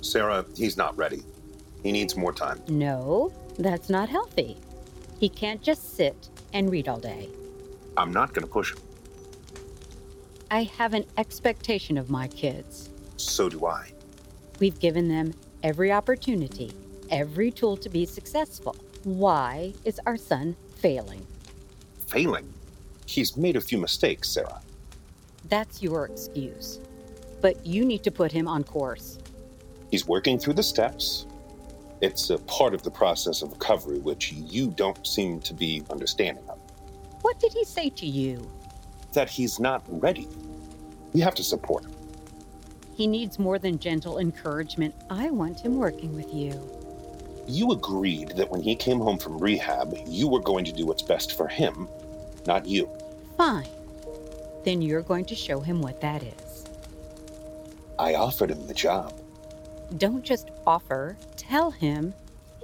Sarah, he's not ready. He needs more time. No, that's not healthy. He can't just sit and read all day. I'm not going to push him. I have an expectation of my kids. So do I. We've given them every opportunity, every tool to be successful. Why is our son failing? Failing? He's made a few mistakes, Sarah. That's your excuse. But you need to put him on course. He's working through the steps. It's a part of the process of recovery which you don't seem to be understanding of. What did he say to you? That he's not ready. We have to support him. He needs more than gentle encouragement. I want him working with you. You agreed that when he came home from rehab, you were going to do what's best for him, not you. Fine. Then you're going to show him what that is. I offered him the job. Don't just offer, tell him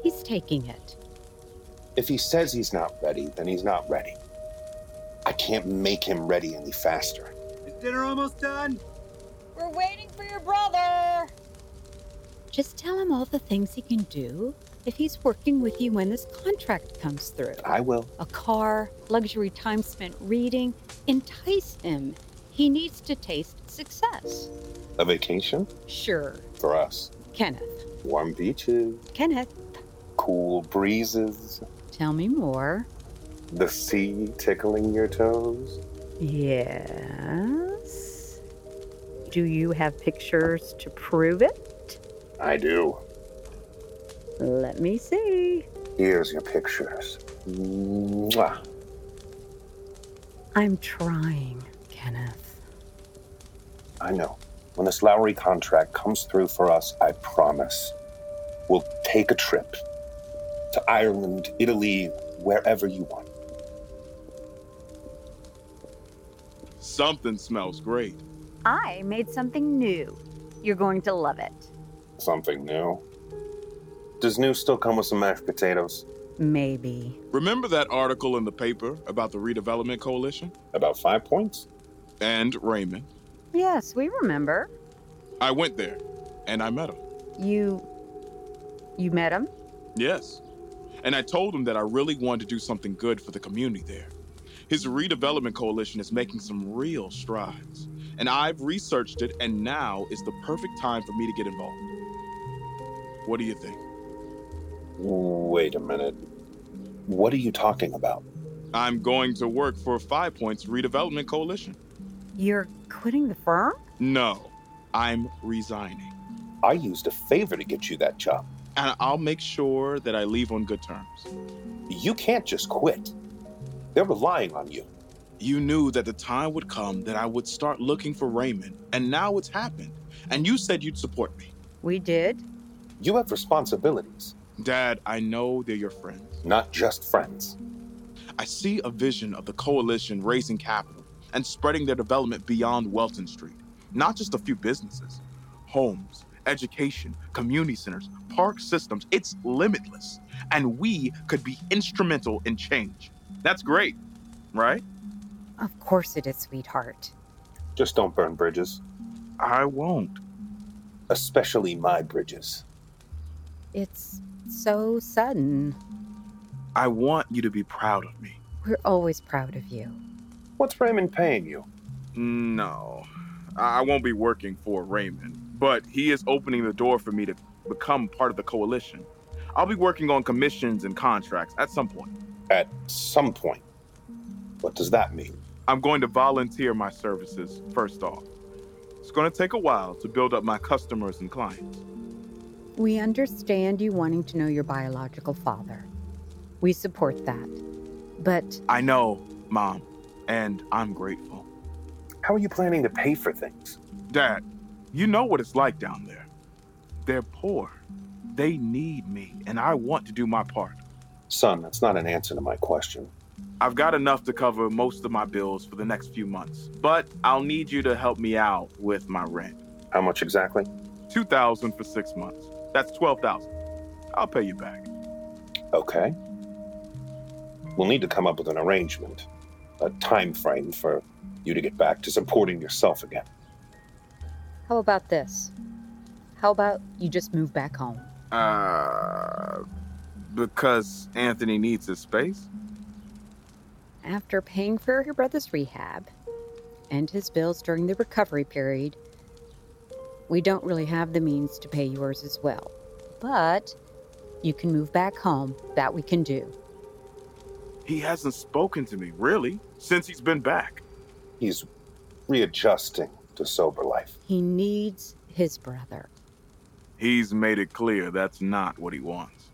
he's taking it. If he says he's not ready, then he's not ready. I can't make him ready any faster. Is dinner almost done? We're waiting for your brother. Just tell him all the things he can do if he's working with you when this contract comes through. I will. A car, luxury time spent reading. Entice him. He needs to taste success. A vacation? Sure. For us. Kenneth. Warm beaches, Kenneth, cool breezes, tell me more. the sea tickling your toes. Yes. Do you have pictures to prove it? I do. Let me see. Here's your pictures. Mwah. I'm trying, Kenneth. I know. When this Lowry contract comes through for us, I promise we'll take a trip to Ireland, Italy, wherever you want. Something smells great. I made something new. You're going to love it. Something new. Does new still come with some mashed potatoes? Maybe. Remember that article in the paper about the Redevelopment Coalition About five points? and Raymond? Yes, we remember. I went there and I met him. You. You met him? Yes. And I told him that I really wanted to do something good for the community there. His redevelopment coalition is making some real strides. And I've researched it, and now is the perfect time for me to get involved. What do you think? Wait a minute. What are you talking about? I'm going to work for Five Points Redevelopment Coalition. You're quitting the firm? No, I'm resigning. I used a favor to get you that job. And I'll make sure that I leave on good terms. You can't just quit. They're relying on you. You knew that the time would come that I would start looking for Raymond, and now it's happened. And you said you'd support me. We did. You have responsibilities, Dad, I know they're your friends. not just friends. I see a vision of the coalition raising capital and spreading their development beyond Welton Street. Not just a few businesses, homes, education, community centers, park systems. It's limitless. And we could be instrumental in change. That's great, right? Of course it is, sweetheart. Just don't burn bridges, I won't. especially my bridges. It's so sudden. I want you to be proud of me. We're always proud of you. What's Raymond paying you? No, I I won't be working for Raymond, but he is opening the door for me to become part of the coalition. I'll be working on commissions and contracts at some point. At some point. What does that mean? I'm going to volunteer my services first off. It's going to take a while to build up my customers and clients. We understand you wanting to know your biological father. We support that. But I know, Mom, and I'm grateful. How are you planning to pay for things? Dad, you know what it's like down there. They're poor. They need me, and I want to do my part. Son, that's not an answer to my question. I've got enough to cover most of my bills for the next few months, but I'll need you to help me out with my rent. How much exactly? 2000 for 6 months. That's 12,000. I'll pay you back. Okay. We'll need to come up with an arrangement, a time frame for you to get back to supporting yourself again. how about this? How about you just move back home? Uh, because Anthony needs his space? After paying for her brother's rehab and his bills during the recovery period, we don't really have the means to pay yours as well. But you can move back home. That we can do. He hasn't spoken to me, really, since he's been back. He's readjusting to sober life. He needs his brother. He's made it clear that's not what he wants.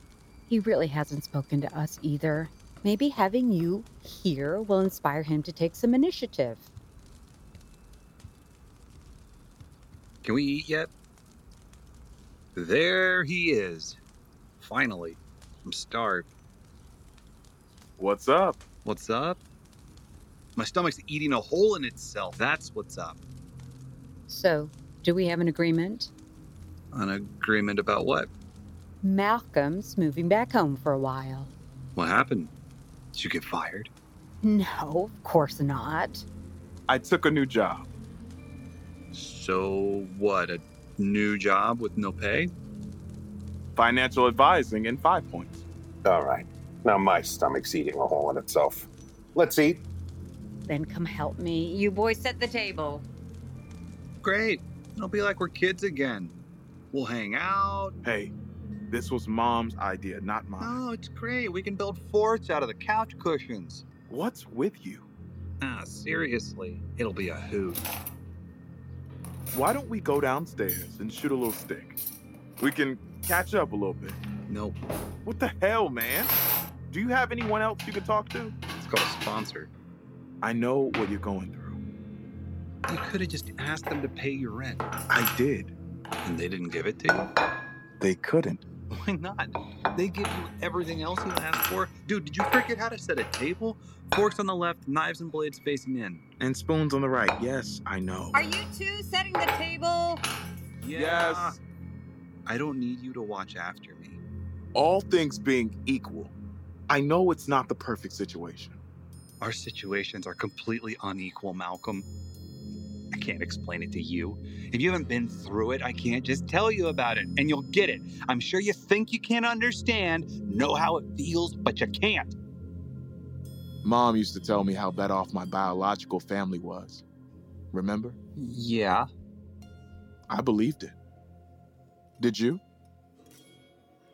He really hasn't spoken to us either. Maybe having you here will inspire him to take some initiative. Can we eat yet? There he is. Finally. I'm starved. What's up? What's up? My stomach's eating a hole in itself. That's what's up. So, do we have an agreement? An agreement about what? Malcolm's moving back home for a while. What happened? Did you get fired? No, of course not. I took a new job. So what? A new job with no pay? Financial advising in five points. All right. Now my stomach's eating a hole in itself. Let's eat. Then come help me. You boys set the table. Great. It'll be like we're kids again. We'll hang out. Hey, this was mom's idea, not mine. Oh, it's great. We can build forts out of the couch cushions. What's with you? Ah, seriously. It'll be a hoot. Why don't we go downstairs and shoot a little stick? We can catch up a little bit. Nope. What the hell, man? Do you have anyone else you could talk to? It's called a sponsor. I know what you're going through. You could have just asked them to pay your rent, I did. and they didn't give it to you. They couldn't. Why not? They give you everything else you asked for. Dude, did you forget how to set a table? Forks on the left, knives and blades facing in. And spoons on the right. Yes, I know. Are you two setting the table? Yeah. I don't need you to watch after me. All things being equal, I know it's not the perfect situation. Our situations are completely unequal, Malcolm. I can't explain it to you. If you haven't been through it, I can't just tell you about it and you'll get it. I'm sure you think you can't understand, know how it feels, but you can't. Mom used to tell me how bad off my biological family was. Remember? Yeah. I believed it. Did you?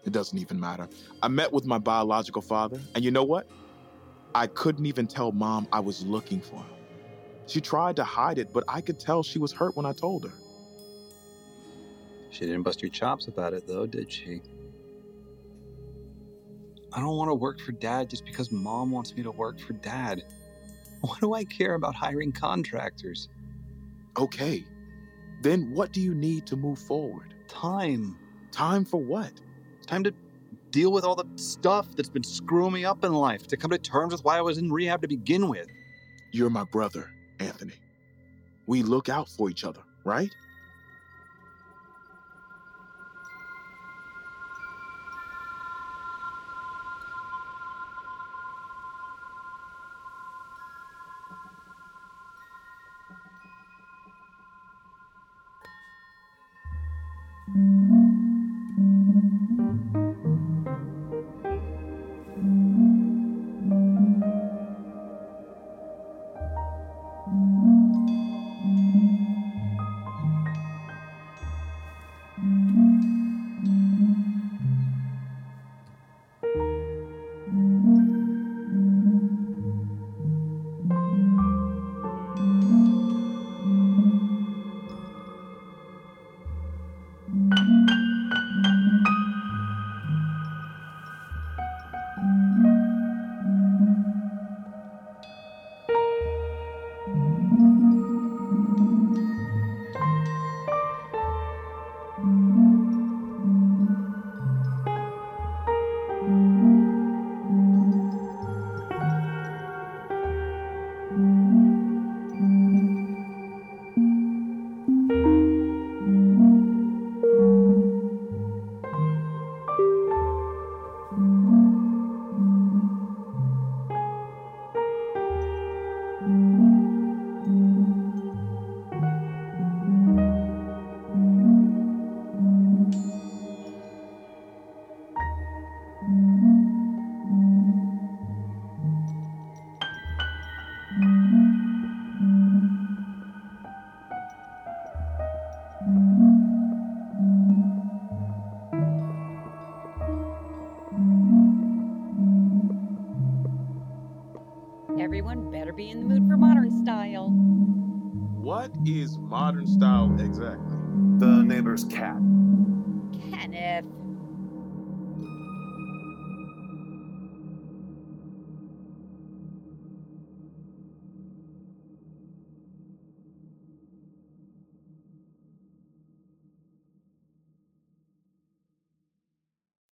It doesn't even matter. I met with my biological father, and you know what? I couldn't even tell mom I was looking for him. She tried to hide it, but I could tell she was hurt when I told her. She didn't bust your chops about it, though, did she? I don't want to work for dad just because mom wants me to work for dad. What do I care about hiring contractors? Okay, then what do you need to move forward? Time. Time for what? Time to deal with all the stuff that's been screwing me up in life, to come to terms with why I was in rehab to begin with. You're my brother, Anthony. We look out for each other, right? everyone better be in the mood for modern style. What is modern style exactly? The neighbor's cat. Kenneth,